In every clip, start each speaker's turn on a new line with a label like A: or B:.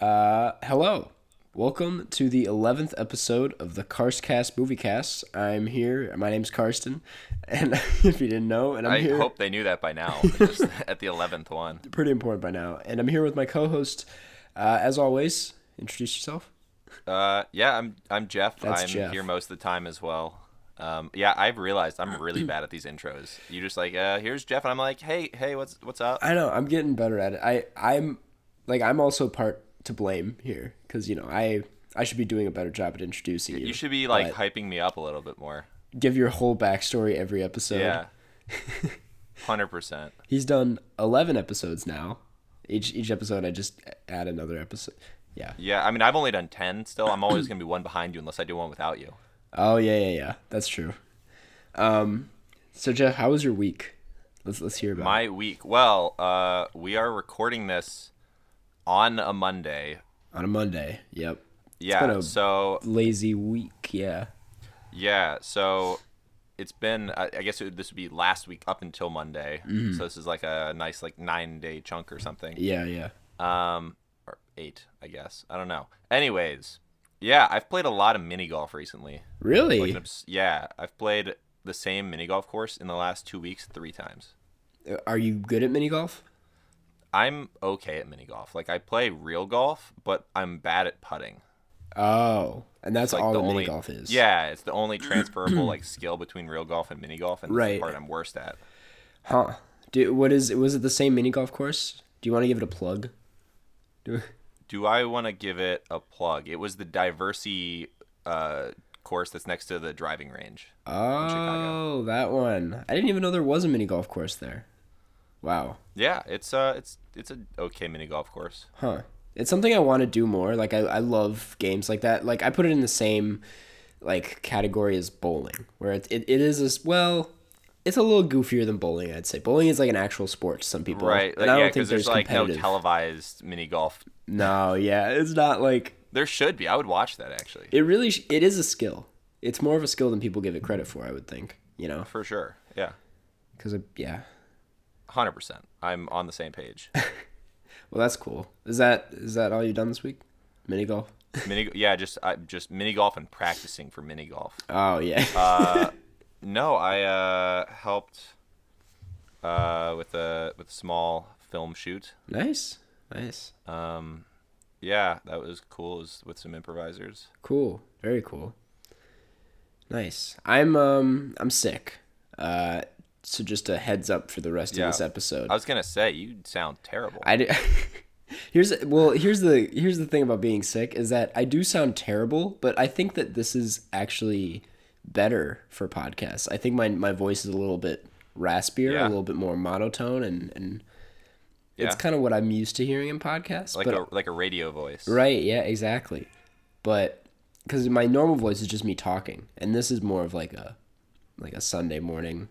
A: Uh, hello. Welcome to the 11th episode of the Karstcast Moviecast. I'm here. My name's Karsten. And if you didn't know, and I'm
B: I
A: here.
B: hope they knew that by now. but Just at the eleventh one.
A: pretty important by now. And I'm here with my co host, uh, as always. Introduce yourself.
B: Uh, yeah, I'm I'm Jeff.
A: That's
B: I'm
A: Jeff.
B: here most of the time as well. Um, yeah, I've realized I'm really bad at these intros. You just like, uh, here's Jeff, and I'm like, hey, hey, what's what's up?
A: I know. I'm getting better at it. I, I'm like, I'm also part to blame here because, you know, I. I should be doing a better job at introducing you.
B: You should be like hyping me up a little bit more.
A: give your whole backstory every episode.
B: Yeah, hundred percent.
A: He's done 11 episodes now. Each each episode I just add another episode. Yeah.
B: Yeah, I mean, I've only done ten. Still, I'm always gonna be one behind you unless I do one without you.
A: Oh yeah, yeah, yeah. That's true. Um so Jeff, how was your week? Let's let's hear about it.
B: My week. Well, uh, we are recording this on a Monday.
A: on a Monday. Yep.
B: Yeah.
A: been a-
B: so
A: Lazy week, yeah.
B: Yeah, so it's been I I guess it, this would be last week up until Monday.
A: Mm-hmm.
B: So this is like a nice like 9-day chunk or something.
A: Yeah, yeah.
B: Um or 8, I guess. I don't know. Anyways, yeah, I've played a lot of mini golf recently.
A: Really?
B: Like an obs- yeah, I've played the same mini golf course in the last 2 weeks 3 times.
A: Are you good at mini golf?
B: I'm okay at mini golf. Like I play real golf, but I'm bad at putting.
A: Oh. And that's
B: like
A: all
B: the
A: that
B: only
A: mini golf is.
B: Yeah, it's the only transferable like skill between real golf and mini golf and this is
A: Right.
B: the part I'm worst at.
A: Huh. Do, what is was it the same mini golf course? Do you want to give it a plug? Do,
B: Do I want to give it a plug? It was the Diversity uh, course that's next to the driving range.
A: Uh,
B: Chicago.
A: Oh, that one. I didn't even know there was a mini golf course there. Wow.
B: Yeah, it's uh, it's it's an okay mini golf course.
A: Huh. It's something I want to do more. Like I, I love games like that. Like I put it in the same like category as bowling, where it it, it is as well it's a little goofier than bowling, I'd say. Bowling is like an actual sport to some people.
B: Right?
A: And
B: Like,
A: I
B: yeah,
A: don't
B: because
A: think
B: there's
A: there's
B: like no
A: competitive.
B: televised mini golf.
A: no, yeah. It's not like
B: There should be. I would watch that actually
A: it really sh- it is a skill. It's more of a skill than people give it credit for, I would think, you know.
B: for sure. Yeah,
A: Cuz yeah.
B: hundred percent. I'm on the same page.
A: Well, that's cool. Is that is that all you done this week? Mini golf?
B: mini, yeah, just I just mini golf and practicing for mini golf.
A: Oh yeah.
B: Uh, No, I uh, helped uh, with a with a small film shoot
A: nice. Nice.
B: Yeah, that was cool. It was with some improvisers.
A: Cool. Very cool. Nice. I'm um I'm sick. Uh so just a heads up for the rest
B: Yeah.
A: of this episode.
B: I was gonna say you sound terrible.
A: I do, Here's well, here's the here's the thing about being sick is that I do sound terrible, but I think that this is actually better for podcasts. I think my my voice is a little bit raspier,
B: Yeah.
A: a little bit more monotone and and it's
B: Yeah.
A: kind of what I'm used to hearing in podcasts,
B: like
A: but
B: a like a radio voice.
A: Right. Yeah. Exactly. But because my normal voice is just me talking, and this is more of like a like a Sunday morning.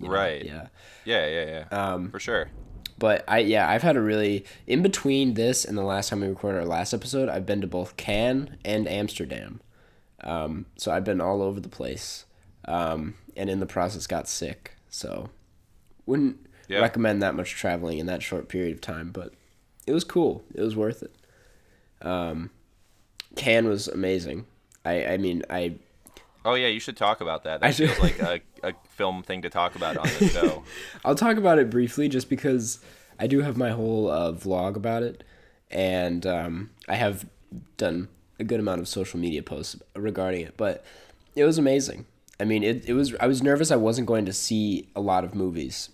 B: Right.
A: Yeah.
B: Yeah. Yeah. Yeah. Um, for sure.
A: But I yeah I've had a really in between this and the last time we recorded our last episode I've been to both Cannes and Amsterdam, um, so I've been all over the place, um, and in the process got sick. So wouldn't
B: Yeah.
A: recommend that much traveling in that short period of time, but it was cool. It was worth it. Um, Cannes was amazing. I I mean I
B: Oh yeah, you should talk about that. That
A: I should-
B: feels like a, a film thing to talk about on the show.
A: I'll talk about it briefly just because I do have my whole uh, vlog about it, and um, I have done a good amount of social media posts regarding it. But it was amazing. I mean, it, it was. I was nervous. I wasn't going to see a lot of movies,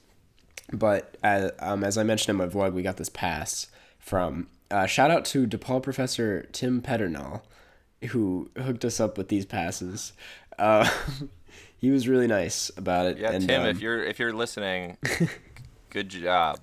A: but uh um, as I mentioned in my vlog, we got this pass from uh, shout out to DePaul professor Tim Pedernal, who hooked us up with these passes. Uh, he was really nice about it.
B: Yeah,
A: and,
B: Tim,
A: um,
B: if you're if you're listening, good job.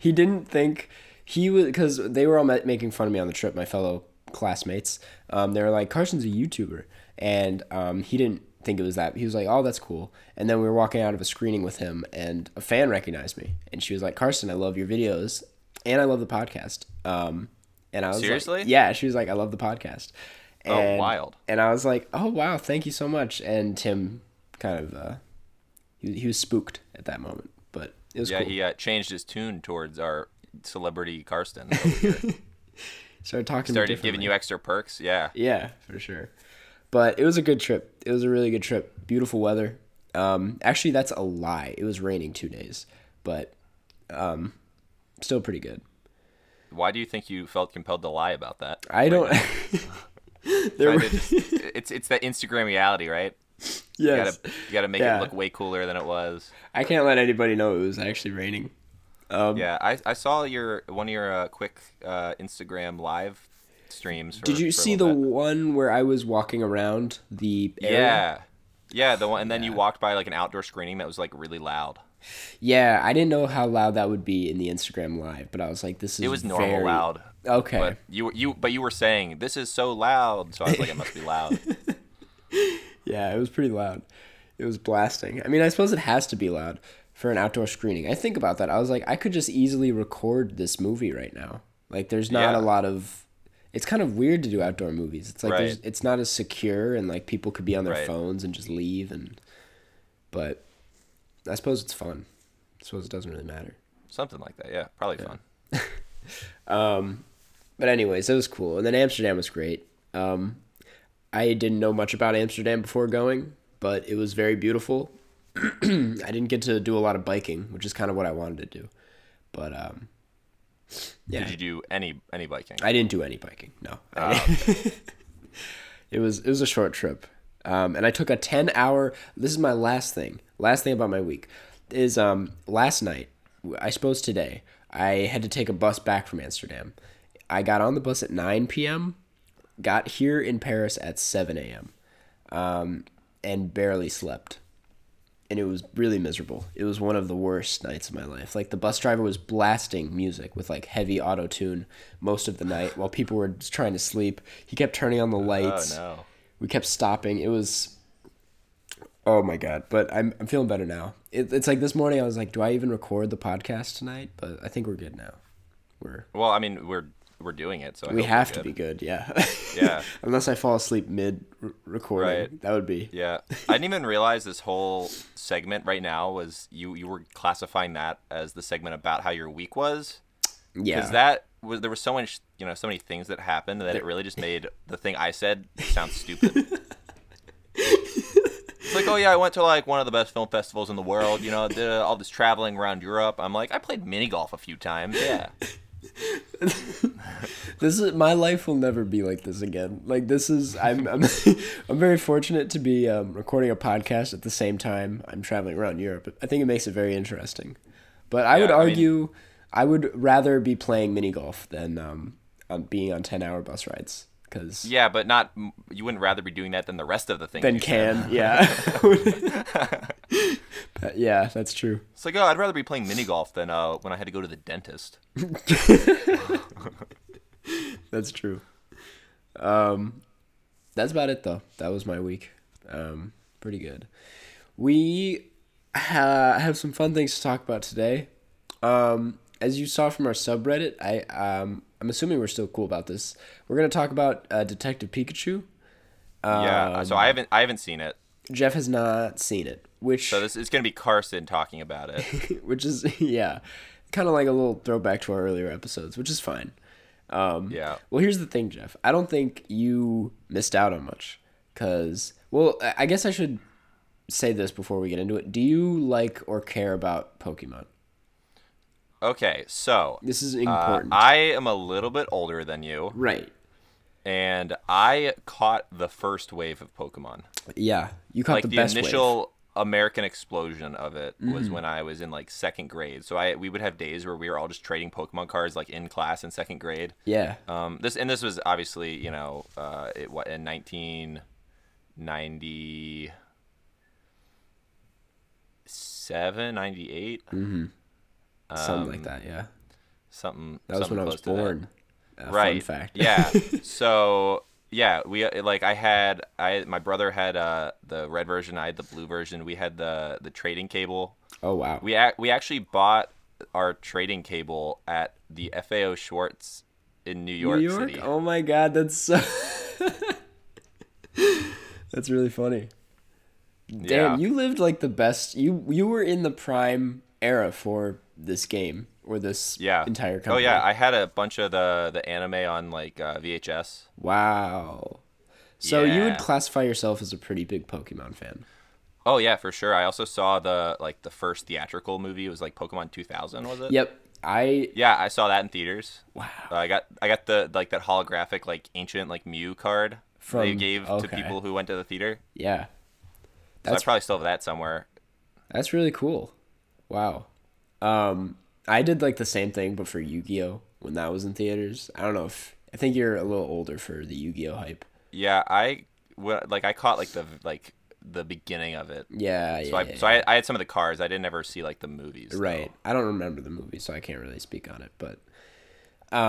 A: he didn't think he was because they were all ma- making fun of me on the trip my fellow classmates um, they were like carson's a youtuber and um, he didn't think it was that he was like oh that's cool and then we were walking out of a screening with him and a fan recognized me and she was like carson i love your videos and i love the podcast um, and i was like-
B: Seriously? Oh,
A: yeah she was like i love the podcast and,
B: wild.
A: and i was like oh wow thank you so much and tim kind of uh, he, he was spooked at that moment but it was
B: Yeah,
A: cool
B: he uh, changed his tune towards our celebrity Karsten.
A: Started talking. to me
B: Started giving
A: differently.
B: you extra perks. Yeah.
A: Yeah, for sure. But it was a good trip. It was a really good trip. Beautiful weather. Um, actually, that's a lie. It was raining two days, but um, still pretty good.
B: Why do you think you felt compelled to lie about that?
A: I don't. there
B: Trying
A: were,
B: to just- it's it's that Instagram reality, right? You
A: yes,
B: gotta you gotta make
A: Yeah.
B: it look way cooler than it was.
A: I can't let anybody know it was actually raining. Um,
B: Yeah, I, I saw your one of your uh, quick uh, Instagram live streams. For,
A: Did you
B: for a
A: see the
B: little bit.
A: one where I was walking around the area?
B: Yeah, yeah, the one, and then you walked by like an outdoor screening that was like really loud.
A: Yeah, I didn't know how loud that would be in the Instagram live, but I was like, this is
B: It was normal
A: very-
B: loud.
A: Okay.
B: But you you but you were saying this is so loud, so I was like it must be loud.
A: Yeah, it was pretty loud. It was blasting. I mean, I suppose it has to be loud for an outdoor screening. I think about that. I was like, I could just easily record this movie right now. Like, there's not
B: Yeah.
A: a lot of. It's kind of weird to do outdoor movies. It's like there's,
B: Right.
A: it's not as secure, and like people could be on their
B: Right.
A: phones and just leave. And but I suppose it's fun. I suppose it doesn't really matter.
B: Something like that. Yeah, probably fun.
A: But anyways, that was cool. And then Amsterdam was great. Um, I didn't know much about Amsterdam before going, but it was very beautiful. I didn't get to do a lot of biking, which is kind of what I wanted to do. But um, yeah,
B: Did you do any any biking?
A: I didn't do any biking. No, it was it was a short trip, um, and I took a ten hour. This is my last thing. Last thing about my week is um, last night. I suppose today I had to take a bus back from Amsterdam. I got on the bus at nine p.m. Got here in Paris at seven a.m. Um, and barely slept and it was really miserable. It was one of the worst nights of my life. Like the bus driver was blasting music with like heavy auto tune most of the night while people were just trying to sleep. He kept turning on the
B: oh
A: lights.
B: no.
A: We kept stopping. It was oh my god. But I'm I'm feeling better now. It, it's like this morning I was like, do I even record the podcast tonight? But I think we're good now. We're
B: Well, I mean we're we're doing it, so I
A: we
B: hope we're
A: have to
B: good.
A: be good. Yeah.
B: Yeah.
A: Unless I fall asleep mid r- recording,
B: Right.
A: that would be
B: Yeah, I didn't even realize this whole segment right now was you. You were classifying that as the segment about how your week was,
A: yeah.
B: because that was there was so much, you know, so many things that happened that it really just made the thing I said sound stupid. it's like, oh yeah, I went to like one of the best film festivals in the world. You know, did all this traveling around Europe. I'm like, I played mini golf a few times. Yeah,
A: this is my life will never be like this again. Like this is I'm I'm, I'm very fortunate to be um, recording a podcast at the same time I'm traveling around Europe. I think it makes it very interesting. But I would
B: Yeah, I mean-
A: argue I, would rather be playing mini golf than um on being on 10-hour bus rides cuz
B: yeah, but not. You wouldn't rather be doing that than the rest of the things.
A: then
B: you said.
A: can, yeah. But yeah, that's true.
B: It's like, oh, I'd rather be playing mini golf than uh, when I had to go to the dentist.
A: That's true. Um that's about it though. That was my week. Um pretty good. We ha- have some fun things to talk about today. Um as you saw from our subreddit, I um I'm assuming we're still cool about this. We're going to talk about uh, Detective Pikachu. Oh,
B: yeah. So I haven't I haven't seen it.
A: Jeff has not seen it, which
B: So this is gonna be Carson talking about it.
A: which is yeah, kind of like a little throwback to our earlier episodes, which is fine.
B: yeah.
A: Well, here's the thing, Jeff. I don't think you missed out on much. Because, well, I- I guess I should say this before we get into it. Do you like or care about Pokemon?
B: Okay. So
A: This is
B: uh,
A: important.
B: I am a little bit older than you,
A: right.
B: and I caught the first wave of Pokemon.
A: Yeah. You caught
B: Like
A: the,
B: the,
A: best
B: initial
A: wave. Mm.
B: American explosion of it was when I was in like second grade. So I we would have days where we were all just trading Pokemon cards like in class in second grade.
A: Yeah.
B: Um, this and this was obviously you know uh, it what in nineteen ninety seven, ninety eight,
A: Mm. Something like that, yeah.
B: something.
A: That was
B: um, something
A: when I was
B: close to that.
A: born. Uh,
B: Right.
A: Fun fact.
B: yeah. So yeah, we uh, like I had I my brother had uh the red version, I had the blue version. We had the the trading cable.
A: Oh, wow.
B: We ac we actually bought our trading cable at the FAO Schwartz in New York,
A: New York?
B: City.
A: Oh, my God. That's so. that's really funny. Damn,
B: Yeah.
A: you lived like the best. You you were in the prime era for this game or this
B: Yeah.
A: entire
B: Oh
A: company.
B: yeah, I had a bunch of the the anime on like uh, VHS.
A: wow. So you
B: Yeah.
A: would classify yourself as a pretty big Pokemon fan.
B: Oh yeah, for sure. I also saw the like the first theatrical movie. It was like Pokemon 2000, was it?
A: Yep. I
B: Yeah, I saw that in theaters. Uh,
A: wow.
B: I got I got the like that holographic like ancient like Mew card they
A: From-
B: gave to
A: okay.
B: people who went to the theater.
A: Yeah.
B: So
A: That's-
B: I probably still have that somewhere.
A: That's really cool. Wow. Um I did like the same thing but for Yu-Gi-Oh when that was in theaters. I don't know if I think you're a little older for the Yu-Gi-Oh hype.
B: Yeah, I wa- like I caught like the like the beginning of it.
A: Yeah, yeah.
B: So I
A: yeah.
B: so I, I had some of the cards. I didn't ever see like the movies. though.
A: Right. I don't remember the movie, so I can't really speak on it. But, um,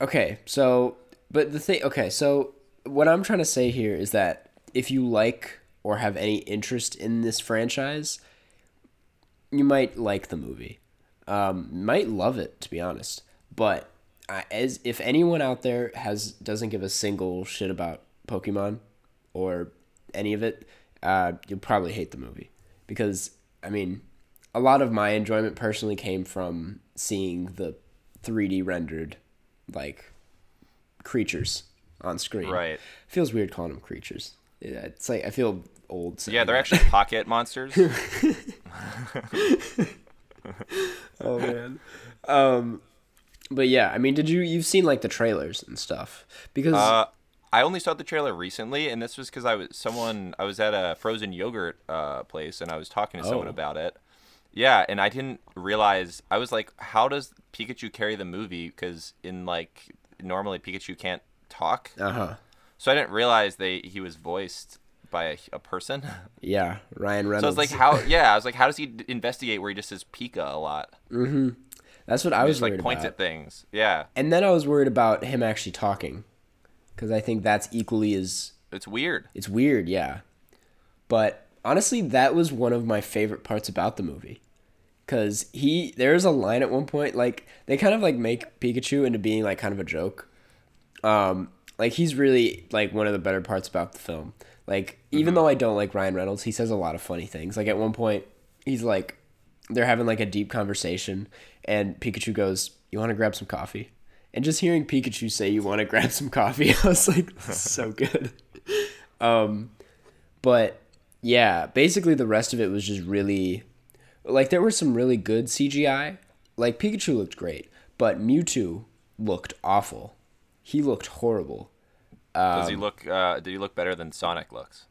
A: okay. So, but the thing, okay. So, what I'm trying to say here is that if you like or have any interest in this franchise, you might like the movie. Um, might love it, to be honest. But I, as if anyone out there has doesn't give a single shit about Pokemon or any of it, uh, you'll probably hate the movie because I mean, a lot of my enjoyment personally came from seeing the 3D rendered like creatures on screen.
B: Right.
A: Feels weird calling them creatures. Yeah, It's like I feel old. saying
B: Yeah, they're
A: that.
B: actually pocket monsters.
A: Oh man. Um but yeah, I mean, did you you've seen like the trailers and stuff? Because
B: Uh, I only saw the trailer recently, and this was because I was someone. I was at a frozen yogurt uh, place, and I was talking to someone
A: Oh.
B: about it. Yeah, and I didn't realize. I was like, "How does Pikachu carry the movie?" Because in like normally Pikachu can't talk,
A: uh-huh.
B: so I didn't realize they he was voiced by a, a person.
A: Yeah, Ryan
B: So I
A: Reynolds.
B: was like, "How?" Yeah, I was like, "How does he d- investigate?" Where he just says Pika a lot,
A: That's what I was
B: just like
A: worried
B: points
A: about.
B: at things. Yeah,
A: And then I was worried about him actually talking. Cuz I think that's equally as
B: it's weird.
A: it's weird, yeah. But honestly, that was one of my favorite parts about the movie. Cause he there's a line at one point, like they kind of like make Pikachu into being like kind of a joke. Um, like he's really like one of the better parts about the film. Like, even though I don't like Ryan Reynolds, he says a lot of funny things. Like at one point, he's like they're having like a deep conversation and Pikachu goes, You wanna grab some coffee? And just hearing Pikachu say you wanna grab some coffee, I was like, "This is so good. But yeah, basically the rest of it was just really like there were some really good CGI. Like Pikachu looked great, but Mewtwo looked awful. He looked horrible.
B: does he
A: Um,
B: look? Uh, did he look better than Sonic looks?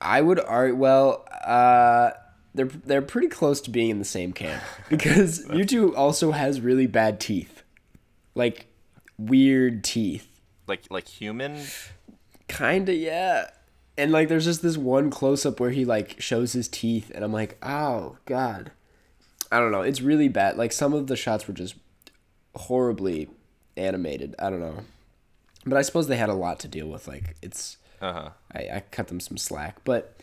A: I would argue well, uh they're they're pretty close to being in the same camp because Mewtwo also has really bad teeth. Like weird teeth.
B: Like like human
A: Kinda, yeah. And like, there's just this one close up where he like shows his teeth, and I'm like, oh god. I don't know. It's really bad. Like some of the shots were just horribly animated. I don't know, but I suppose they had a lot to deal with. Like it's,
B: Uh-huh.
A: I, I cut them some slack, but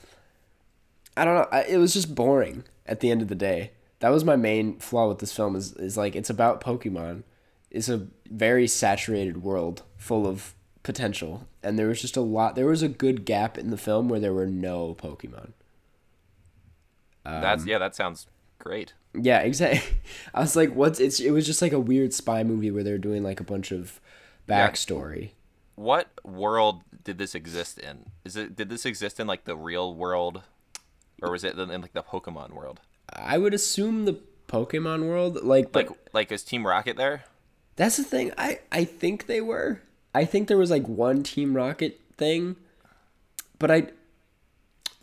A: I don't know. I, it was just boring at the end of the day. That was my main flaw with this film. Is is like it's about Pokemon. It's a very saturated world full of potential, and there was just a lot. There was a good gap in the film where there were no Pokemon. Um,
B: That's yeah, that sounds great.
A: Yeah, exactly. I was like, what's it's? It was just like a weird spy movie where they're doing like a bunch of backstory.
B: What world did this exist in? Is it did this exist in like the real world or was it in in, like the Pokemon world?
A: I would assume the Pokemon world, like, but
B: Like like is Team Rocket there?
A: That's the thing. I I think they were. I think there was like one Team Rocket thing, but I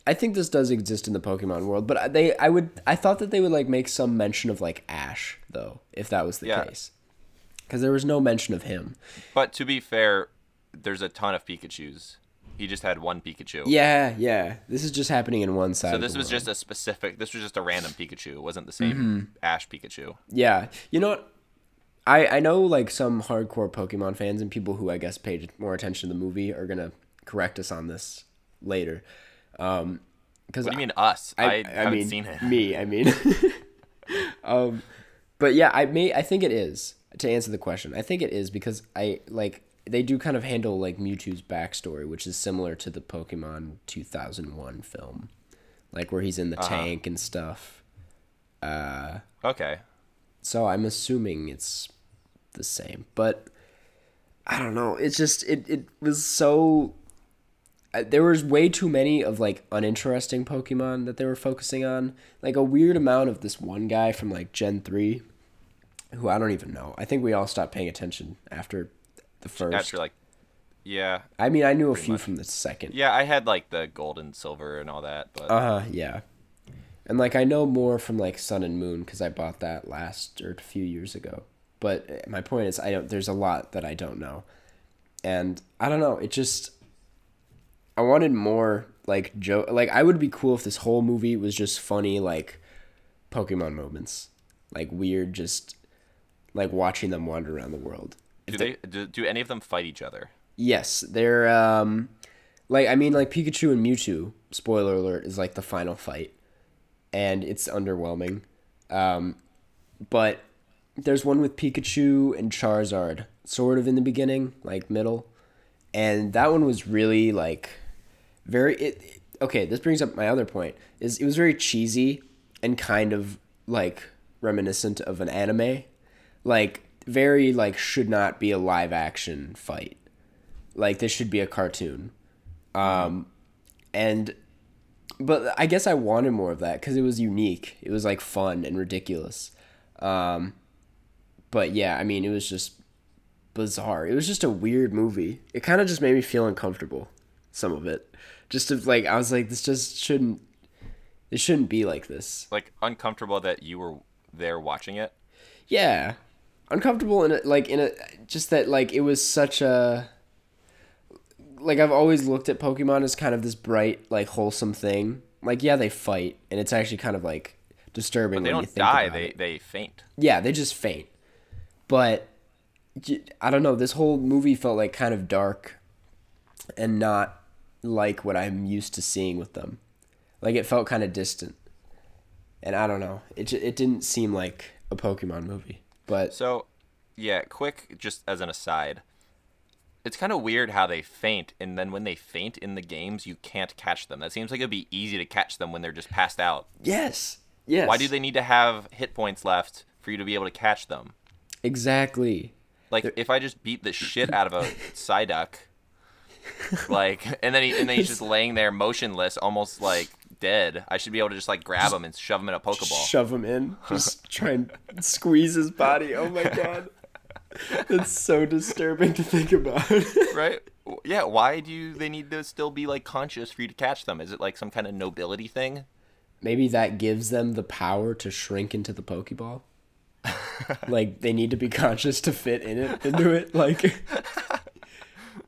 A: I think this does exist in the Pokemon world. But I- they I would I thought that they would like make some mention of like Ash though, if that was the
B: Yeah.
A: case, because there was no mention of him.
B: But to be fair, there's a ton of Pikachu's. He just had one Pikachu.
A: Yeah, yeah. This is just happening in one side.
B: So
A: of
B: this
A: the
B: was
A: world.
B: just a specific this was just a random Pikachu. It wasn't the same
A: Mm-hmm.
B: Ash Pikachu.
A: Yeah. You know what? I, I know like some hardcore Pokemon fans and people who I guess paid more attention to the movie are gonna correct us on this later. Um 'cause because
B: What do you mean us? I, haven't
A: mean,
B: seen it.
A: Me, I mean. um, but yeah, I may. I think it is to answer the question. I think it is because I like they do kind of handle like Mewtwo's backstory, which is similar to the
B: Uh-huh.
A: Pokemon 2001 film, like where he's in the tank and stuff.
B: Okay.
A: So I'm assuming it's the same, but I don't know. It's just it it was so I- there was way too many of like uninteresting Pokemon that they were focusing on. Like a weird amount of this one guy from like Gen 3 who I don't even know. I think we all stopped paying attention after the first.
B: After like, yeah,
A: I mean, I knew a few from the second.
B: yeah, I had like the gold and silver and all that, but
A: Uh huh. Yeah, and like I know more from like Sun and Moon because I bought that last or a few years ago. But uh, my point is, I don't. There's a lot that I don't know, and I don't know. It just I wanted more like Joe. Like I would be cool if this whole movie was just funny like Pokemon moments, like weird, just like watching them wander around the world.
B: do they do, do any of them fight each other?
A: Yes, they're um like I mean like Pikachu and Mewtwo, spoiler alert, is like the final fight. And it's underwhelming. Um but there's one with Pikachu and Charizard, sort of in the beginning, like middle. And that one was really like very it, it- okay, this brings up my other point. Is it was very cheesy and kind of like reminiscent of an anime. Like very like should not be a live action fight like this should be a cartoon um and but i guess i wanted more of that because it was unique it was like fun and ridiculous um but yeah i mean it was just bizarre it was just a weird movie it kind of just made me feel uncomfortable some of it just of like i was like this just shouldn't it shouldn't be like this
B: Like uncomfortable that you were there watching it.
A: yeah uncomfortable in a, like in a just that like it was such a like i've always looked at pokemon as kind of this bright like wholesome thing like yeah they fight and it's actually kind of like disturbing
B: They
A: when you
B: don't
A: think
B: die.
A: about
B: They
A: it.
B: they faint.
A: yeah they just faint but j- i don't know this whole movie felt like kind of dark and not like what i'm used to seeing with them like it felt kind of distant and i don't know it, j- it didn't seem like a pokemon movie but
B: So, yeah, quick, just as an aside, it's kind of weird how they faint, and then when they faint in the games, you can't catch them. That seems like it'd be easy to catch them when they're just passed out.
A: Yes. Yes.
B: Why do they need to have hit points left for you to be able to catch them?
A: Exactly.
B: Like, if I just beat the shit out of a Psyduck, like, and then he, and then he's just laying there motionless, almost like dead. I should be able to just like grab him and shove him in a pokeball.
A: Shove him in. Just try and squeeze his body. Oh my god. That's so disturbing to think about.
B: right? W- Yeah. Why do they need to still be like conscious for you to catch them? Is it like some kind of nobility thing?
A: Maybe that gives them the power to shrink into the Pokeball. like they need to be conscious to fit in it into it. Like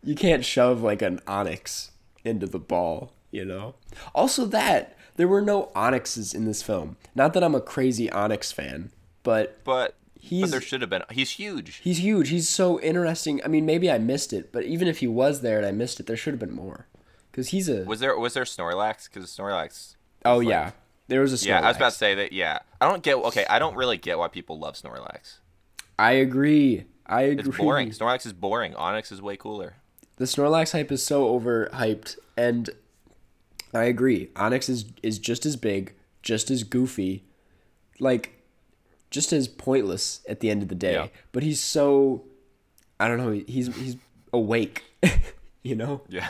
A: you can't shove like an onyx into the ball, you know? Also that there were no onyxes in this film. Not that I'm a crazy onyx fan, but
B: But but
A: He's-
B: there should have been. He's huge.
A: He's huge. He's so interesting. I mean, maybe I missed it, but even if he was there and I missed it, there should have been more. Because he's a.
B: Was there was there Snorlax? Because Snorlax.
A: oh, yeah. There was a Snorlax.
B: Yeah, I was about to say that. Yeah, I don't get. Okay, I don't really get why people love Snorlax.
A: I agree. I agree.
B: It's boring. Snorlax is boring. Onyx is way cooler.
A: The Snorlax hype is so overhyped, and I agree. Onyx is, is just as big, just as goofy, like, just as pointless at the end of the day.
B: Yeah.
A: But he's so. I don't know. He's, he's awake, you know?
B: Yeah.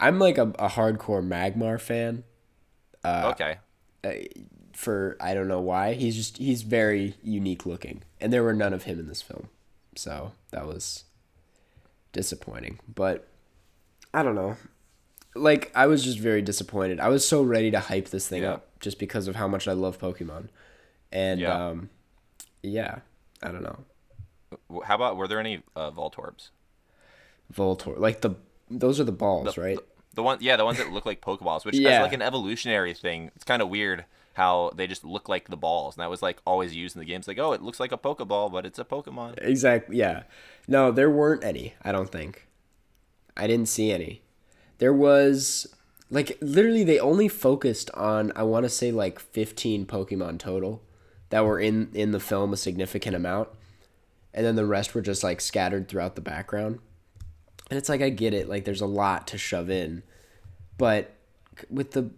A: I'm like a, a hardcore Magmar fan. Uh,
B: okay.
A: for I don't know why. He's just he's very unique looking, and there were none of him in this film, so that was disappointing. But I don't know. Like I was just very disappointed. I was so ready to hype this thing
B: Yeah.
A: up just because of how much I love Pokemon, and
B: Yeah.
A: um, yeah, I don't know.
B: W- How about were there any uh, Voltorbs?
A: Voltor, like the those are the balls, right?
B: The one, yeah, the ones that look like Pokeballs, which
A: Yeah.
B: is like an evolutionary thing. It's kind of weird how they just look like the balls, and that was like always used in the games. Like, oh, it looks like a Pokeball, but it's a Pokemon.
A: Exactly. Yeah. No, there weren't any. I don't think. I didn't see any. There was like literally they only focused on I want to say like 15 Pokemon total that were in in the film a significant amount. And then the rest were just like scattered throughout the background. And it's like I get it. Like there's a lot to shove in. But c- with the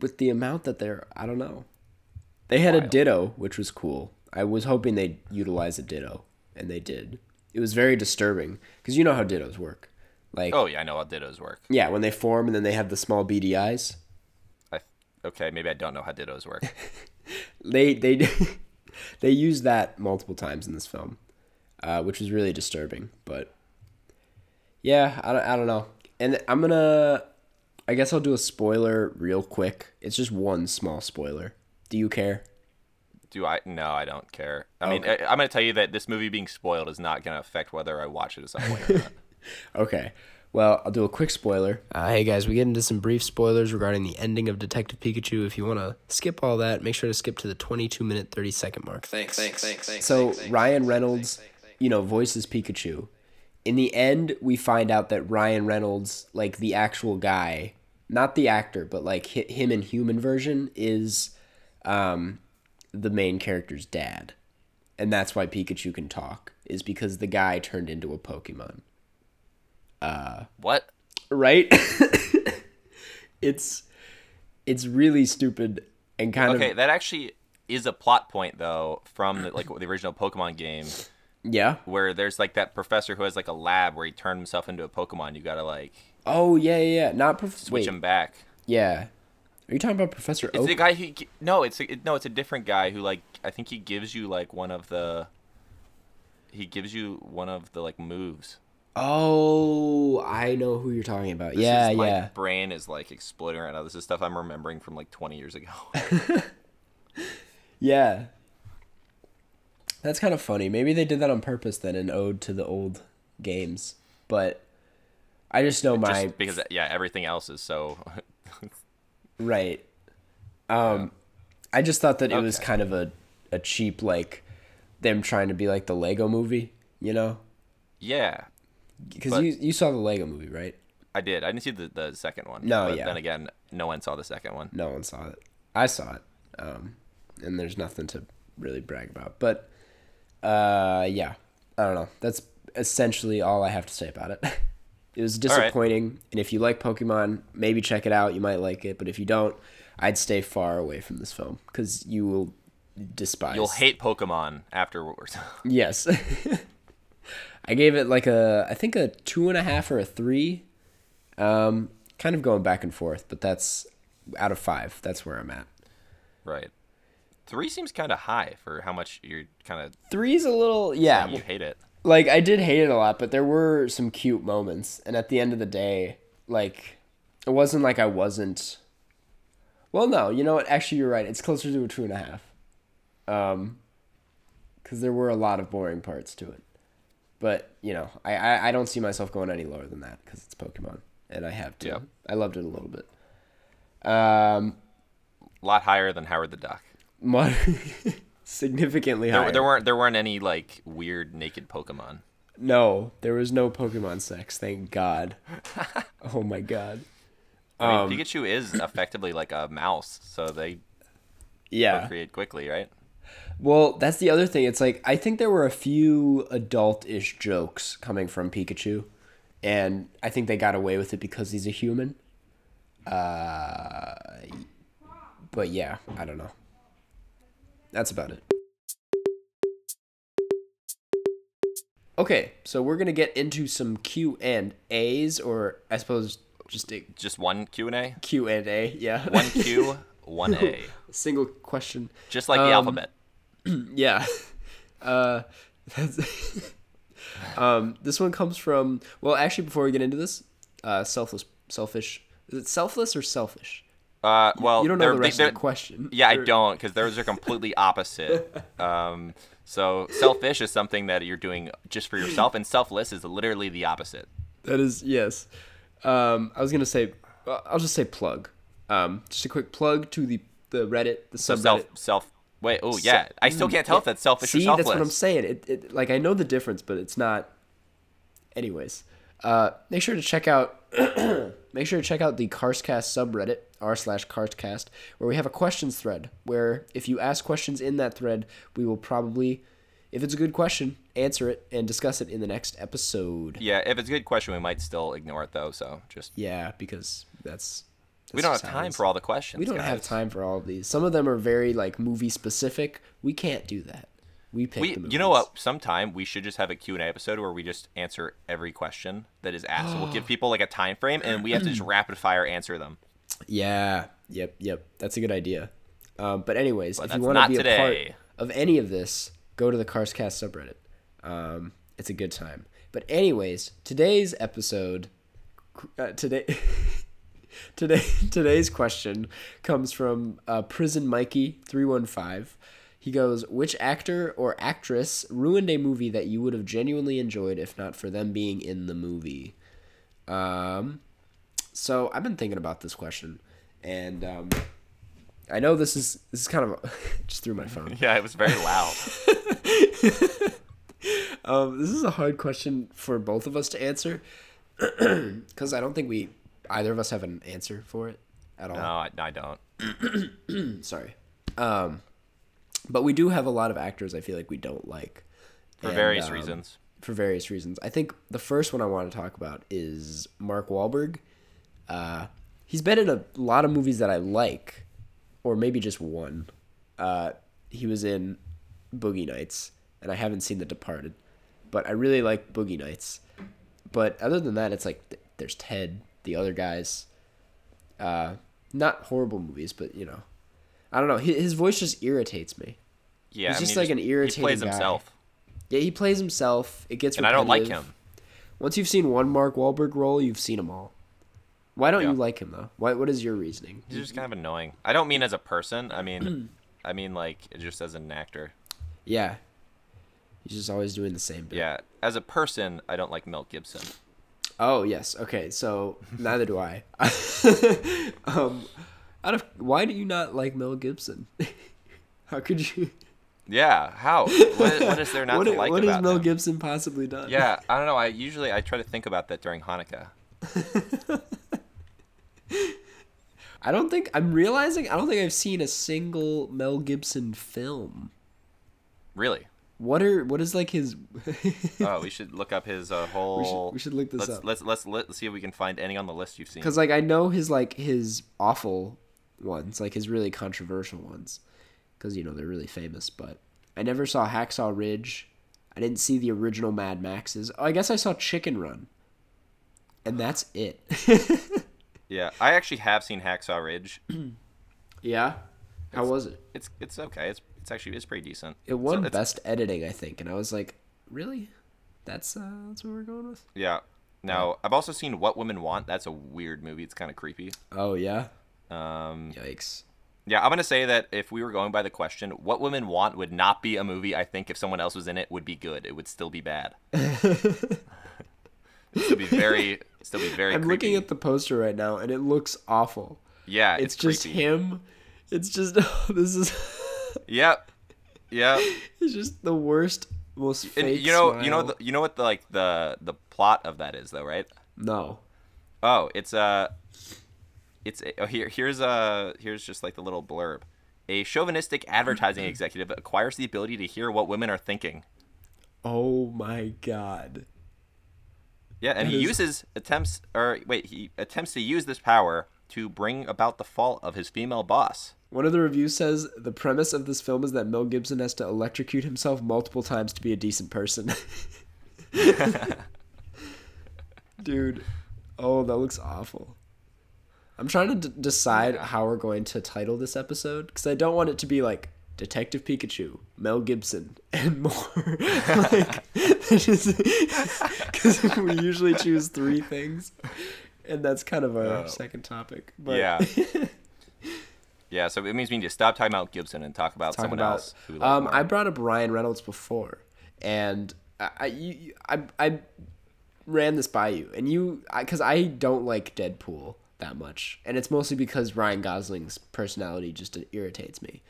A: with the amount that they're I don't know. They had a ditto, which was cool. I was hoping they'd utilize a ditto, and they did. It was very disturbing because you know how dittos work. Like,
B: Oh yeah, I know how dittos work.
A: yeah, when they form and then they have the small beady eyes.
B: I okay, maybe I don't know how dittos work.
A: They they they used that multiple times in this film, uh, which was really disturbing. But yeah, I don't, I don't know. And I'm gonna, I guess I'll do a spoiler real quick. It's just one small spoiler. Do you care?
B: Do I? No, I don't care. I mean, I, I'm gonna tell you that this movie being spoiled is not gonna affect whether I watch it at some point. or not.
A: Okay. Well, I'll do a quick spoiler. Uh, hey guys, we get into some brief spoilers regarding the ending of Detective Pikachu. If you want to skip all that, make sure to skip to the 22 minute 30 second mark.
C: Thanks, thanks, thanks, thanks.
A: So Ryan Reynolds, you know, voices Pikachu. In the end, we find out that Ryan Reynolds, like the actual guy, not the actor, but like hi- him in human version, is um, the main character's dad, and that's why Pikachu can talk. Is because the guy turned into a Pokemon,
B: what?
A: right? it's it's really stupid and kind
B: Okay,
A: of
B: that actually is a plot point though from the, like the original Pokemon game
A: yeah.
B: where there's like that professor who has like a lab where he turned himself into a Pokemon. You gotta like
A: Oh yeah, yeah, yeah. Not prof-
B: switch
A: wait,
B: him back.
A: Yeah. Are you talking about Professor
B: It's
A: Oak?
B: the guy who g- no, it's a, it- no, it's a different guy who like I think he gives you like one of the he gives you one of the like moves.
A: Oh, I know who you're talking about.
B: This
A: yeah,
B: is, my
A: yeah.
B: brain is like exploding right now. This is stuff I'm remembering from like 20 years ago.
A: Yeah. That's kind of funny. Maybe they did that on purpose then, an ode to the old games. But I just know my
B: Just because yeah, everything else is so
A: right. Um I just thought that it was kind of a a cheap like them trying to be like the Lego movie, you know?
B: yeah.
A: Cuz
B: But-
A: you you saw the Lego movie, right?
B: I did. I didn't see the, the second one.
A: No,
B: but
A: yeah.
B: Then again, no one saw the second one.
A: No one saw it. I saw it. Um, and there's nothing to really brag about. But uh, yeah, I don't know. That's essentially all I have to say about it. it was
B: right.
A: disappointing. And if you like Pokemon, maybe check it out. You might like it. But if you don't, I'd stay far away from this film because you will despise.
B: You'll hate Pokemon afterwards.
A: Yes. I gave it like a, I think a two and a half or a three. Um, kind of going back and forth, but that's out of five. That's where I'm at.
B: right. Three seems kind of high for how much you're kind of
A: Three's a little yeah.
B: you hate it.
A: Like I did hate it a lot, but there were some cute moments, and at the end of the day, like it wasn't like I wasn't. Well, no, you know what? Actually, you're right. It's closer to a two and a half, um, because there were a lot of boring parts to it. But you know, I I, I don't see myself going any lower than that because it's Pokemon, and I have to.
B: Yeah.
A: I loved it a little bit. Um,
B: A lot higher than Howard the Duck.
A: mod- significantly higher.
B: There, there weren't there weren't any like weird naked Pokemon.
A: No, there was no Pokemon sex. Thank God. oh my God.
B: I
A: Um,
B: mean, Pikachu is effectively like a mouse, so they
A: Yeah.
B: create quickly, right?
A: Well, that's the other thing. It's like I think there were a few adult-ish jokes coming from Pikachu, and I think they got away with it because he's a human. Uh, but yeah, I don't know. That's about it. Okay, so we're gonna get into some Q and A's, or I suppose just a
B: Just one Q and A,
A: Q and A. Yeah,
B: one Q, one A,
A: single question.
B: just like
A: Um,
B: the alphabet.
A: Yeah. Uh, that's um, this one comes from. Well, actually, before we get into this, uh, selfless, selfish. Is it selfless or selfish?
B: Uh, well,
A: You don't know
B: they're-
A: the rest
B: they're-
A: of the question.
B: Yeah, I
A: Or-
B: don't, because those are completely opposite. Um, so selfish is something that you're doing just for yourself, and selfless is literally the opposite.
A: That is yes. Um, I was gonna say. I'll just say plug. Um, just a quick plug to the the Reddit, the subreddit.
B: Self, self. Wait, oh yeah, I still can't tell if that's selfish or
A: mm, See,
B: selfless.
A: that's what I'm saying. It, it like I know the difference, but it's not. Anyways, uh, make sure to check out make sure to check out the Karstcast subreddit r slash Karstcast, where we have a questions thread. Where if you ask questions in that thread, we will probably, if it's a good question, answer it and discuss it in the next episode.
B: Yeah, if it's a good question, we might still ignore it though. So just
A: Yeah, because that's
B: we don't have time for all the questions.
A: We don't
B: guys.
A: have time for all of these. Some of them are very like movie specific. We can't do that. We pick
B: We,
A: the movies.
B: you know what? Sometime we should just have a Q&A episode where we just answer every question that is asked. So we'll give people like a time frame and we have to just rapid fire answer them.
A: Yeah. Yep. Yep. That's a good idea. Um, but anyways, if you
B: that's
A: want to
B: not
A: be
B: today.
A: a part of any of this, go to the Carscast subreddit. Um, it's a good time. But anyways, today's episode, uh, today, today, today's question comes from uh, Prison Mikey three one five. He goes, which actor or actress ruined a movie that you would have genuinely enjoyed if not for them being in the movie? So I've been thinking about this question, and um, I know this is this is kind of just through my phone.
B: Yeah, it was very loud.
A: Um, this is a hard question for both of us to answer because I don't think we either of us have an answer for it at all.
B: no, I, no, I don't.
A: Sorry, um, but we do have a lot of actors I feel like we don't like
B: For
A: And,
B: various
A: um,
B: reasons.
A: For various reasons, I think the first one I want to talk about is Mark Wahlberg. Uh, he's been in a lot of movies that I like, or maybe just one. Uh, he was in Boogie Nights, and I haven't seen The Departed, but I really like Boogie Nights. But other than that, it's like th- there's Ted, the other guys. Uh, not horrible movies, but you know, I don't know. His, his voice just irritates me.
B: Yeah,
A: he's
B: I mean,
A: just like an irritating
B: He plays
A: guy.
B: himself,
A: Yeah, he plays himself. It gets
B: and I don't like
A: repetitive.
B: him.
A: Once you've seen one Mark Wahlberg role, you've seen them all. Why don't
B: Yeah.
A: you like him though? Why, what is your reasoning?
B: He's just kind of annoying. I don't mean as a person. I mean, I mean like just as an actor.
A: Yeah, he's just always doing the same bit.
B: Yeah, as a person, I don't like Mel Gibson.
A: Oh yes. Okay. So neither do I. um, out of why do you not like Mel Gibson? How could you?
B: Yeah, how? What, what is there not
A: what
B: to
A: i-
B: like
A: what
B: about
A: has Mel
B: him?
A: Gibson possibly done?
B: Yeah, I don't know. I usually I try to think about that during Hanukkah.
A: I don't think I'm realizing. I don't think I've seen a single Mel Gibson film.
B: Really?
A: What are what is like his?
B: Oh, we should look up his uh, whole.
A: we should look this
B: let's,
A: up.
B: Let's let's let's see if we can find any on the list you've seen.
A: Because like I know his like his awful ones, like his really controversial ones, because you know they're really famous. But I never saw Hacksaw Ridge. I didn't see the original Mad Maxes. Oh, I guess I saw Chicken Run, and that's it.
B: Yeah, I actually have seen Hacksaw Ridge.
A: yeah, how was it?
B: It's it's okay. It's it's actually it's pretty decent.
A: It won
B: So it's-
A: best editing, I think, and I was like, really? That's uh, that's what we're going with.
B: Yeah. Now I've also seen What Women Want. That's a weird movie. It's kind of creepy.
A: Oh yeah.
B: Um,
A: Yikes.
B: yeah, I'm gonna say that if we were going by the question, What Women Want would not be a movie. I think if someone else was in it, would be good. It would still be bad. It'd still be very, still be very.
A: I'm
B: creepy.
A: looking at the poster right now, and it looks awful.
B: Yeah,
A: It's, just
B: creepy.
A: him. It's just this is.
B: Yep. Yep.
A: It's just the worst, most fake.
B: And you know, you know,
A: smile.
B: the, you know what the like the the plot of that is though, right?
A: no.
B: Oh, it's uh it's oh, here here's uh here's just like the little blurb. A chauvinistic advertising executive acquires the ability to hear what women are thinking.
A: Oh my god.
B: Yeah, and he
A: is-
B: uses attempts or wait, he attempts to use this power to bring about the fall of his female boss.
A: One of the reviews says the premise of this film is that Mel Gibson has to electrocute himself multiple times to be a decent person. Dude, oh, that looks awful. I'm trying to d- decide how we're going to title this episode because I don't want it to be like Detective Pikachu, Mel Gibson, and more. Because we usually choose three things, and that's kind of our second topic. But
B: Yeah. yeah, so it means we need to stop talking about Gibson and talk about
A: talk
B: someone
A: about.
B: else. we love
A: um,
B: more.
A: I brought up Ryan Reynolds before, and I, I, you- you- I, I ran this by you, and you, because I, don't like Deadpool that much, and it's mostly because Ryan Gosling's personality just irritates me.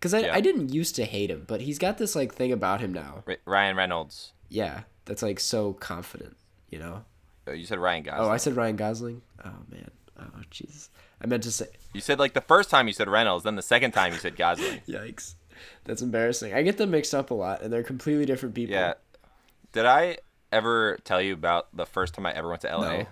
A: Because I,
B: Yeah.
A: I didn't used to hate him, but he's got this like thing about him now.
B: Ri- Ryan Reynolds.
A: Yeah, that's like so confident, you know.
B: Oh, you said Ryan Gosling.
A: Oh, I said Ryan Gosling. Oh man. Oh Jesus. I meant to say
B: You said like the first time you said Reynolds, then the second time you said Gosling.
A: yikes. That's embarrassing. I get them mixed up a lot, and they're completely different people.
B: Yeah. Did I ever tell you about the first time I ever went to LA?
A: No.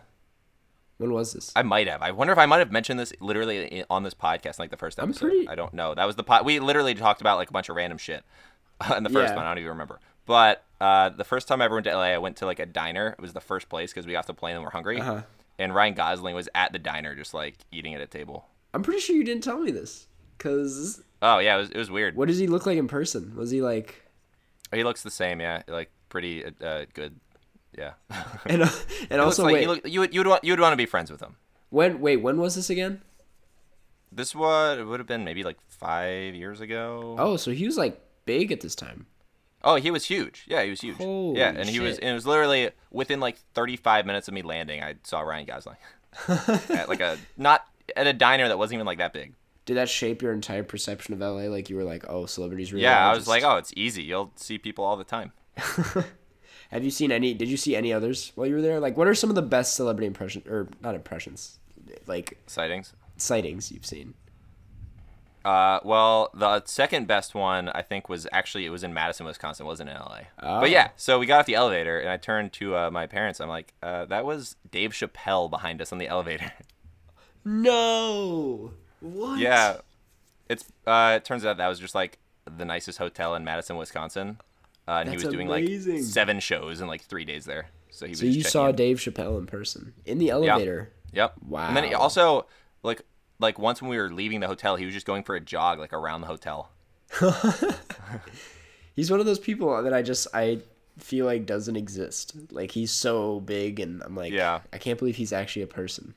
A: When was this?
B: I might have. I wonder if I might have mentioned this literally i- on this podcast, like the first
A: I'm
B: episode.
A: pretty-
B: I don't know. That was the pot. We literally talked about like a bunch of random shit in the first
A: Yeah.
B: one. I don't even remember. But uh, the first time I ever went to LA, I went to like a diner. It was the first place because we got off the plane and we're hungry.
A: Uh-huh.
B: And Ryan Gosling was at the diner, just like eating at a table.
A: I'm pretty sure you didn't tell me this. Cause
B: Oh yeah, it was, it was weird.
A: what does he look like in person? Was he like
B: He looks the same. Yeah, like pretty uh, uh, good. Yeah.
A: and and
B: Looks
A: also
B: like
A: wait
B: you, look, you would you would want you would want to be friends with him.
A: when wait when was this again?
B: This was it would have been maybe like five years ago.
A: Oh, so he was like big at this time.
B: Oh, he was huge. Yeah, he was huge.
A: Holy
B: yeah, and he was.
A: shit.
B: And it was literally within like 35 minutes of me landing. I saw Ryan Gosling at like a not at a diner that wasn't even like that big.
A: Did that shape your entire perception of LA? Like you were like, oh, celebrities really.
B: Yeah,
A: are
B: I was
A: just-
B: like, oh, it's easy. You'll see people all the time.
A: Have you seen any? Did you see any others while you were there? Like, what are some of the best celebrity impressions or not impressions, like
B: Sightings.
A: sightings you've seen?
B: Uh, well, the second best one I think was actually it was in Madison, Wisconsin, wasn't in LA.
A: Oh.
B: But yeah, so we got off the elevator and I turned to uh, my parents. I'm like, uh, that was Dave Chappelle behind us on the elevator.
A: No. What?
B: yeah, it's uh, it turns out that was just like the nicest hotel in Madison, Wisconsin, uh, and
A: That's
B: he was doing
A: amazing.
B: like seven shows in like three days there. So he was
A: So
B: just
A: you
B: checking
A: saw
B: in.
A: Dave Chappelle in person in the elevator.
B: Yep. And then he
A: Wow.
B: also like like once when we were leaving the hotel, he was just going for a jog like around the hotel.
A: He's one of those people that I just I feel like doesn't exist. Like he's so big, and I'm like,
B: Yeah.
A: I can't believe he's actually a person.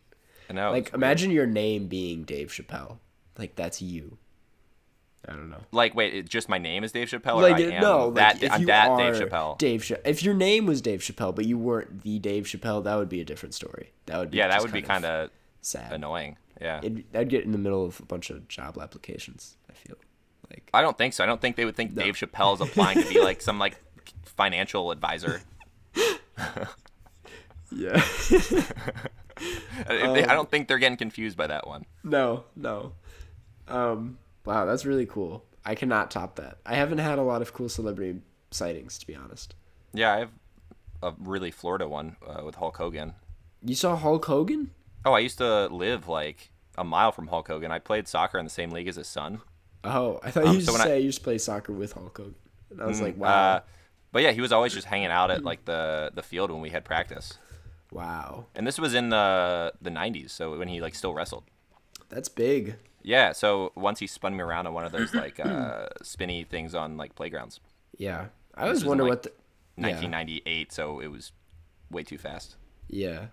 B: I know.
A: Like, imagine your name being Dave Chappelle. Like that's you. I don't know.
B: Like, wait, it, just my name is Dave Chappelle? Or
A: Like
B: I am
A: no,
B: that,
A: like if
B: I'm
A: you
B: that
A: are
B: Dave Chappelle.
A: Dave Cha- if your name was Dave Chappelle, but you weren't the Dave Chappelle, that would be a different story. That would be
B: yeah, that
A: just
B: would be kind of
A: sad.
B: annoying. Yeah.
A: It'd, that'd get in the middle of a bunch of job applications. I feel like
B: I don't think so. I don't think they would think Dave Chappelle is applying to be like some like financial advisor.
A: yeah.
B: Uh, if they- I
A: Oh.
B: don't think they're getting confused by that one.
A: No, no. Um, wow, that's really cool. I cannot top that. I haven't had a lot of cool celebrity sightings, to be honest.
B: Yeah, I have a really Florida one uh, with Hulk Hogan.
A: You saw Hulk Hogan?
B: Oh, I used to live like a mile from Hulk Hogan. I played soccer in the same league as his son.
A: Oh, I thought you used
B: Um, so
A: to
B: when I-
A: say you used to play soccer with Hulk Hogan. And I was like, wow,
B: Uh, but yeah, he was always just hanging out at like the the field when we had practice.
A: wow,
B: And this was in the the 90s, so when he like still wrestled.
A: that's big.
B: Yeah, so once he spun me around on one of those like uh, spinny things on like playgrounds.
A: Yeah, I always
B: was in,
A: wonder
B: like,
A: what the
B: 1998, so it was way too fast.
A: yeah.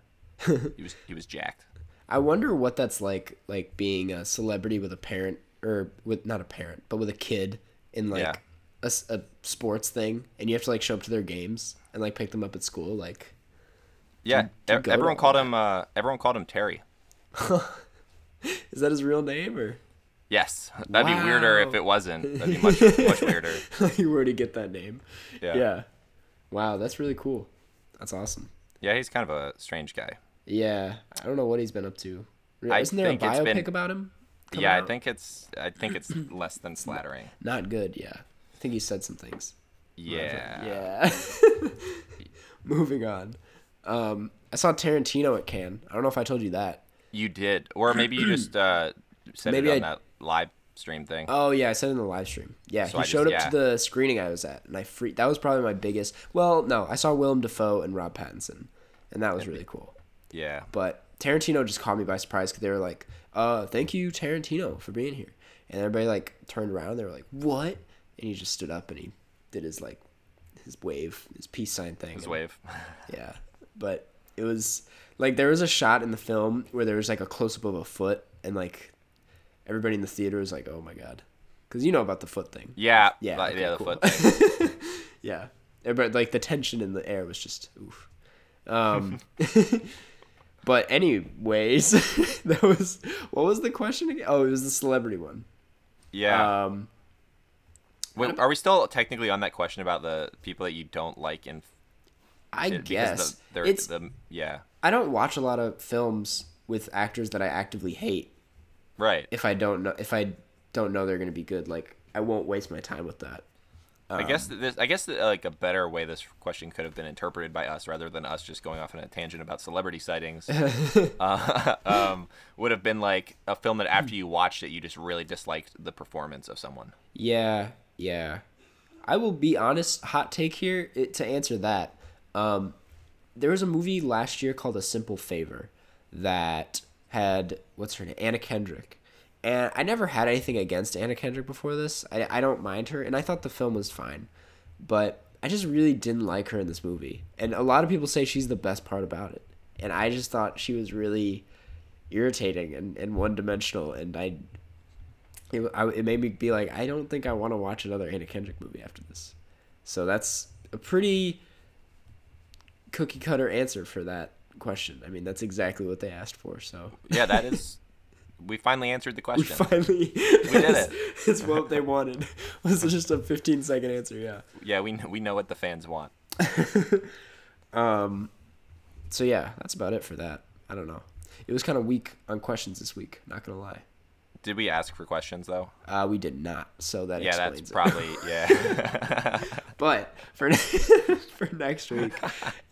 B: He was he was jacked.
A: I wonder what that's like, like being a celebrity with a parent or with not a parent, but with a kid in like
B: Yeah.
A: a, s- a sports thing, and you have to like show up to their games and like pick them up at school, like.
B: Yeah,
A: you
B: ev-
A: go to
B: everyone
A: all
B: called him uh, everyone called him Terry.
A: Is that his real name or
B: Yes, that'd be weirder if
A: Wow.
B: it wasn't. That'd be much much weirder.
A: you where to get that name?
B: Yeah. yeah,
A: Yeah. Wow, that's really cool. That's awesome.
B: he's kind of a strange guy.
A: Yeah, I don't know what he's been up to. Re-
B: I
A: Isn't there a
B: think it's
A: biopic
B: been-
A: about him? coming
B: yeah, I
A: out?
B: think it's I think it's less than slattering.
A: not good. Yeah, I think he said some things.
B: Yeah.
A: Yeah. Moving on. Um, I saw Tarantino at Cannes. I don't know if I told you that.
B: you did, or maybe you just uh, said
A: Maybe
B: it on
A: I-
B: that live stream thing.
A: Oh yeah, I said it in the live stream. Yeah,
B: So
A: he
B: I just-
A: showed up
B: yeah.
A: to the screening I was at, and I freaked. That was probably my biggest. Well, no, I saw Willem Dafoe and Rob Pattinson, and that was really cool.
B: yeah,
A: but Tarantino just caught me by surprise because they were like, uh, thank you, Tarantino, for being here. And everybody like turned around and they were like, what? And he just stood up and he did his like his wave, his peace sign thing.
B: his wave.
A: Yeah. But it was like there was a shot in the film where there was like a close up of a foot and like everybody in the theater was like, oh my God. Because you know about the foot thing.
B: Yeah,
A: Yeah,
B: like,
A: okay,
B: yeah, the
A: cool.
B: foot thing.
A: Yeah. Uh, But like the tension in the air was just oof. Um But anyways, that was what was the question again? Oh, it was the celebrity one.
B: Yeah.
A: Um
B: Wait, are we still technically on that question about the people that you don't like in
A: I
B: it because
A: guess
B: the, they're
A: it's
B: the yeah
A: I don't watch a lot of films with actors that I actively hate
B: right
A: if I don't know if I don't know they're going to be good like I won't waste my time with that.
B: I guess that this. I guess that, like a better way this question could have been interpreted by us, rather than us just going off on a tangent about celebrity sightings, uh, um, would have been like a film that after you watched it, you just really disliked the performance of someone.
A: Yeah, yeah. I will be honest, hot take here it, to answer that. Um, there was a movie last year called A Simple Favor that had, what's her name? Anna Kendrick. And I never had anything against Anna Kendrick before this. I, I don't mind her, and I thought the film was fine. But I just really didn't like her in this movie. And a lot of people say she's the best part about it. And I just thought she was really irritating and, and one dimensional, and I it, I, it made me be like, I don't think I want to watch another Anna Kendrick movie after this. So that's a pretty cookie cutter answer for that question. I mean, that's exactly what they asked for. So
B: Yeah, that is. we finally answered the
A: we
B: question.
A: finally
B: did
A: it's, it's what they wanted. Was just a 15 second answer. Yeah.
B: yeah, we kn- we know what the fans want.
A: So yeah, that's about it for that. I don't know. It was kind of weak on questions this week. Not gonna lie.
B: Did we ask for questions though?
A: Uh, we did not. So that
B: Yeah,
A: explains
B: that's
A: it.
B: probably yeah.
A: But for for next week,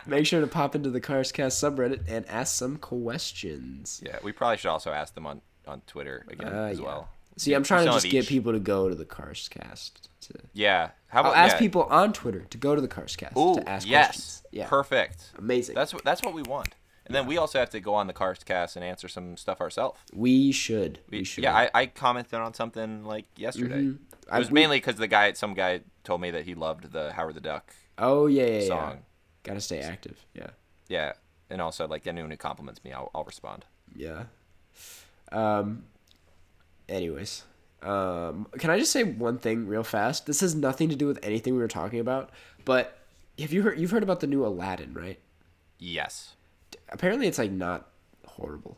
A: make sure to pop into the Carscast subreddit and ask some questions.
B: Yeah, we probably should also ask them on on Twitter again
A: Uh,
B: as
A: yeah.
B: well.
A: See, I'm trying to
B: some of
A: just get
B: each.
A: people to go to the Carscast. To...
B: Yeah, how
A: I'll
B: about
A: ask
B: yeah.
A: people on Twitter to go to the Carscast
B: Ooh,
A: to ask
B: yes,
A: questions. Yeah,
B: perfect.
A: amazing.
B: That's what that's what we want. And then we also have to go on the Karst cast and answer some stuff ourselves.
A: we should. We should. Mm-hmm.
B: Yeah, I, I commented on something like yesterday.
A: I-
B: It was
A: we-
B: mainly because the guy, some guy, told me that he loved the Howard the Duck
A: oh yeah, yeah, yeah.
B: song.
A: Gotta stay active. Yeah.
B: Yeah, and also like anyone who compliments me, I'll, I'll respond.
A: Yeah. Um. Anyways, um, can I just say one thing real fast? This has nothing to do with anything we were talking about, but have you heard? You've heard about the new Aladdin, right?
B: Yes,
A: Apparently, it's like not horrible.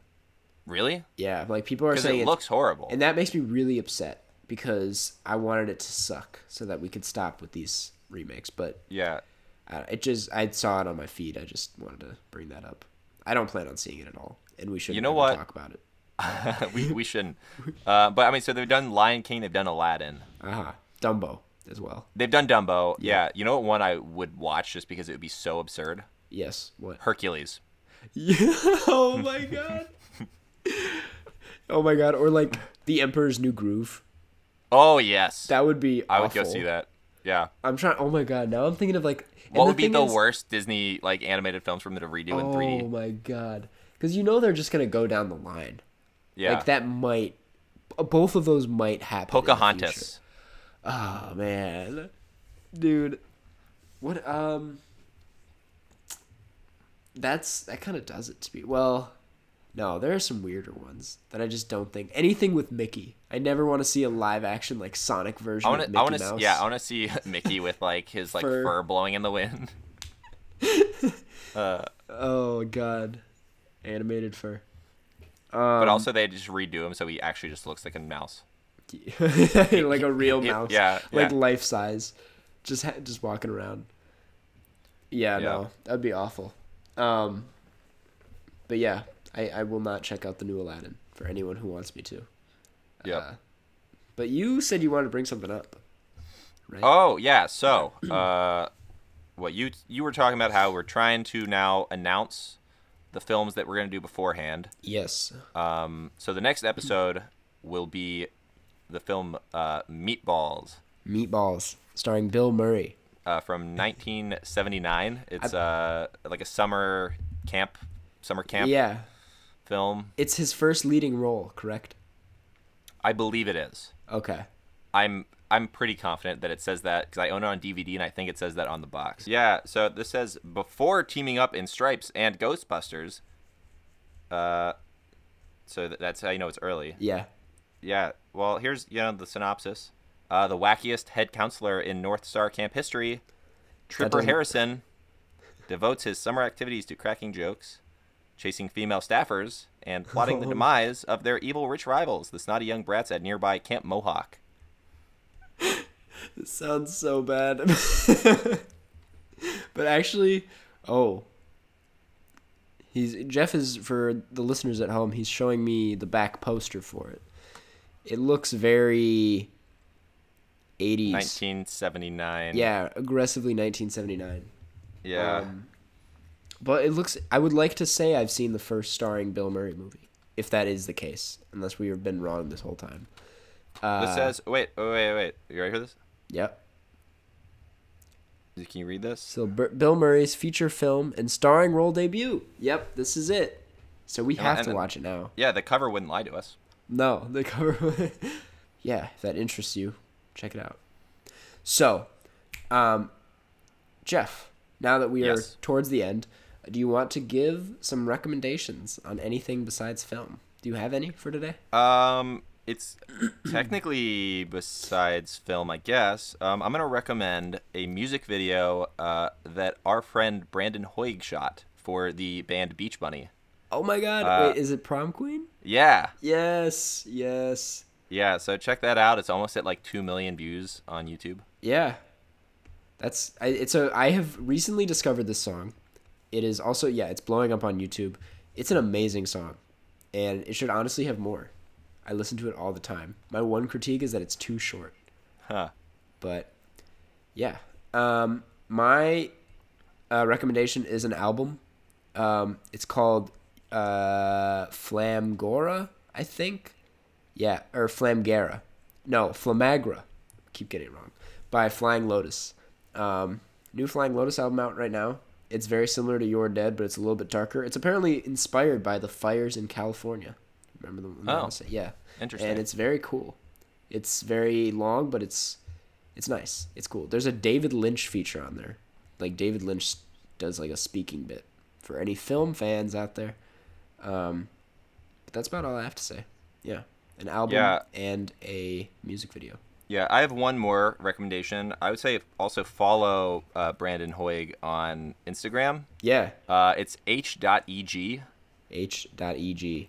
B: really?
A: Yeah, like people are
B: Because
A: saying,
B: it
A: it's-
B: looks horrible.
A: and that makes me really upset because I wanted it to suck so that we could stop with these remakes. But
B: yeah,
A: uh, it just, I saw it on my feed. I just wanted to bring that up. I don't plan on seeing it at all, and we should.
B: You know what?
A: Talk about it.
B: we, we shouldn't. Uh, but I mean, so they've done Lion King, they've done Aladdin,
A: Uh-huh. Dumbo as well.
B: they've done Dumbo. Yeah, you know what one I would watch just because it would be so absurd?
A: Yes. What?
B: Hercules.
A: Yeah. Oh my god. oh my god. Or like the Emperor's New Groove.
B: Oh yes,
A: That would be.
B: I would go
A: awful.
B: see that. Yeah.
A: I'm trying. Oh my god. Now I'm thinking of like. and
B: What would be
A: thing
B: the
A: is-
B: worst Disney like animated films from the redo in
A: Oh
B: 3D?
A: my god. Because you know they're just gonna go down the line.
B: Yeah,
A: Like that might. b- Both of those might happen. in the future.
B: Pocahontas.
A: Oh man, dude, what um, that's that kind of does it to me. Well, no, there are some weirder ones that I just don't think anything with Mickey. I never want to see a live action like Sonic version
B: I want
A: of
B: to.
A: Mickey
B: I want to.
A: Mouse.
B: Yeah, I want to see Mickey with like his like
A: Fur.
B: fur, blowing in the wind.
A: oh god, animated fur. Um,
B: but also, they just redo him so he actually just looks like a mouse.
A: like a real
B: yeah,
A: mouse.
B: yeah.
A: Like life size. Just ha- just walking around. Yeah,
B: Yeah.
A: no. That'd be awful. Um but yeah, I I will not check out the new Aladdin for anyone who wants me to.
B: Yeah.
A: Uh, But you said you wanted to bring something up.
B: oh yeah. So, uh, what you you were talking about how we're trying to now announce the films that we're gonna do beforehand.
A: Yes.
B: Um, so the next episode will be the film uh, Meatballs.
A: Meatballs starring Bill Murray.
B: uh, from 1979. It's uh, like a summer camp, summer camp
A: Yeah.
B: film.
A: It's his first leading role, correct?
B: I believe it is.
A: Okay.
B: I'm I'm pretty confident that it says that because I own it on DVD and I think it says that on the box. Yeah. So this says before teaming up in Stripes and Ghostbusters. Uh, so th- that's how you know it's early.
A: Yeah.
B: Yeah. Well, here's you know the synopsis. Uh, the wackiest head counselor in North Star Camp history, Tripper
A: doesn't-
B: Harrison, devotes his summer activities to cracking jokes, chasing female staffers, and plotting the demise of their evil rich rivals, the snotty young brats at nearby Camp Mohawk.
A: It sounds so bad. but actually, oh. He's Jeff is for the listeners at home, he's showing me the back poster for it. It looks very 80s.
B: 1979.
A: Yeah, aggressively 1979.
B: Yeah.
A: Um, but it looks. I would like to say I've seen the first starring Bill Murray movie, if that is the case, unless we have been wrong this whole time.
B: this
A: uh,
B: says, wait, wait, wait, wait. You ready for this?
A: Yep.
B: Can you read this?
A: So B- Bill Murray's feature film and starring role debut. Yep, this is it. So we have
B: Oh, and
A: to
B: then-
A: watch it now.
B: Yeah, the cover wouldn't lie to us.
A: No, the cover. yeah, if that interests you, check it out. So, um, Jeff, now that we
B: Yes.
A: are towards the end, do you want to give some recommendations on anything besides film? Do you have any for today?
B: Um, it's technically besides film, I guess. Um, I'm gonna recommend a music video uh, that our friend Brandon Hoig shot for the band Beach Bunny.
A: Oh my God!
B: Uh,
A: Wait, is it Prom Queen?
B: Yeah,
A: Yes, yes,
B: yeah. So check that out. It's almost at like two million views on YouTube.
A: yeah. That's I, it's a. I have recently discovered this song. It is also yeah. It's blowing up on YouTube. It's an amazing song, and it should honestly have more. I listen to it all the time. My one critique is that it's too short.
B: Huh.
A: but yeah um my uh, recommendation is an album um it's called uh flamgora i think yeah or flamgera no flamagra keep getting it wrong by flying lotus um new flying lotus album out right now it's very similar to You're Dead, but it's a little bit darker. It's apparently inspired by the fires in California. Remember the one?
B: Oh.
A: yeah.
B: Interesting.
A: And it's very cool. It's very long, but it's it's nice. It's cool. There's a David Lynch feature on there. Like David Lynch does like a speaking bit for any film fans out there. Um, but that's about all I have to say. Yeah, an album
B: Yeah.
A: and a music video.
B: Yeah, I have one more recommendation. I would say also follow uh, Brandon Hoig on Instagram.
A: Yeah.
B: Uh, it's h.eg.
A: H.E.G.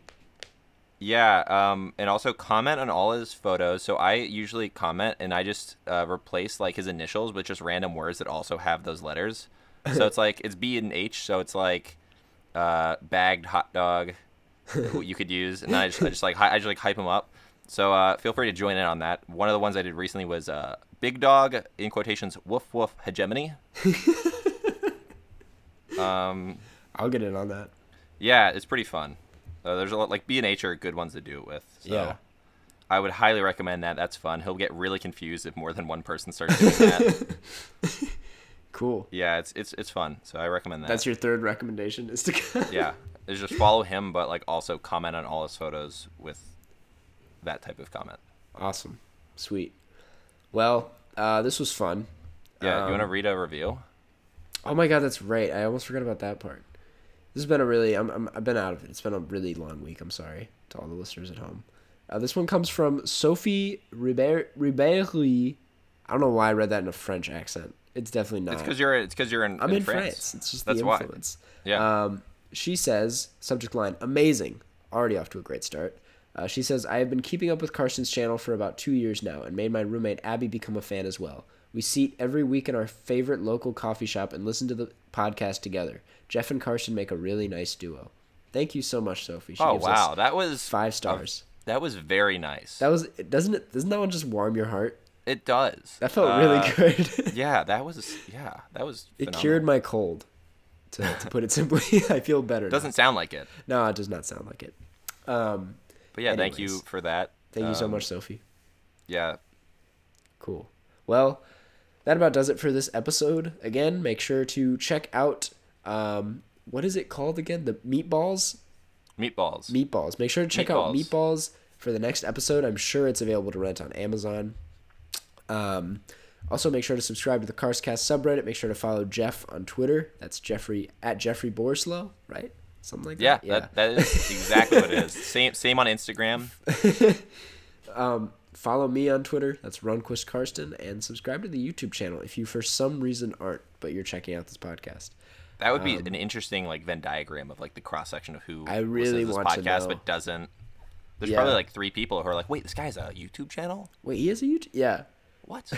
B: Yeah, um, and also comment on all his photos. So I usually comment and I just uh, replace like his initials with just random words that also have those letters. So it's like it's B and H. So it's like uh, bagged hot dog. what you could use, and I just, I just like hi- I just like hype him up. So uh, feel free to join in on that. One of the ones I did recently was uh, big dog in quotations woof woof hegemony. um,
A: I'll get in on that.
B: yeah, it's pretty fun. Uh, there's a lot like B and H are good ones to do it with. So
A: Yeah.
B: I would highly recommend that. That's fun. He'll get really confused if more than one person starts doing that.
A: Cool.
B: yeah, it's it's it's fun. So I recommend that.
A: That's your third recommendation is to
B: yeah. Is just follow him, but like also comment on all his photos with that type of comment.
A: Awesome. Sweet. Well, uh, this was fun.
B: Yeah, you want to
A: Um,
B: read a review?
A: Oh my god, that's right. I almost forgot about that part. This has been a really I'm, I'm I've been out of it. It's been a really long week. I'm sorry to all the listeners at home. Uh, this one comes from Sophie Ribery. Ribery. I don't know why I read that in a French accent. It's definitely not.
B: It's because you're it's because you're in,
A: I'm
B: in,
A: in France. It's just
B: That's
A: the
B: why.
A: influence.
B: Yeah.
A: Um, she says, subject line, amazing. Already off to a great start. Uh, she says, I have been keeping up with Carson's channel for about two years now and made my roommate Abby become a fan as well. We seat every week in our favorite local coffee shop and listen to the podcast together. Jeff and Carson make a really nice duo. Thank you so much, Sophie. She
B: oh
A: gives
B: wow,
A: us
B: that was
A: five stars.
B: that was very nice.
A: That was doesn't it doesn't that one just warm your heart?
B: it does.
A: That felt
B: Uh,
A: really good.
B: Yeah, that was yeah, that was.
A: it
B: Phenomenal.
A: cured my cold. To, to put it simply, I feel better. now.
B: Doesn't sound like it,
A: no, it does not sound like it. Um,
B: but yeah, thank you
A: Anyways.
B: for that.
A: Thank you so
B: Um,
A: much, Sophie.
B: Yeah,
A: Cool. Well, that about does it for this episode. Again, make sure to check out um, what is it called again? The meatballs.
B: meatballs.
A: Meatballs. Make sure to check out
B: Meatballs.
A: meatballs for the next episode. I'm sure it's available to rent on Amazon. Um, also, make sure to subscribe to the Carscast subreddit. Make sure to follow Jeff on Twitter. That's Jeffrey at Jeffrey Borslow, right? Something like
B: yeah,
A: that.
B: That, that is exactly what it is. Same same on Instagram.
A: follow me on Twitter. That's Runquist Karsten, and subscribe to the YouTube channel if you for some reason aren't, but you're checking out this podcast.
B: That would be an interesting like Venn diagram of like the cross section of who
A: Um, I really
B: listens
A: want to
B: to this podcast
A: know.
B: but doesn't. There's
A: Yeah.
B: probably like three people who are like, wait, this guy's a YouTube channel.
A: Wait, he has a YouTube. Yeah,
B: What?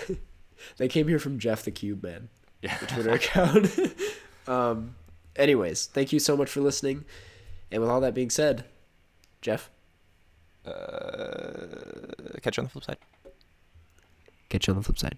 A: they came here from Jeff the Cube Man,
B: yeah.
A: Twitter account. um, anyways, thank you so much for listening. And with all that being said, Jeff.
B: Uh, Catch you on the flip side.
A: Catch you on the flip side.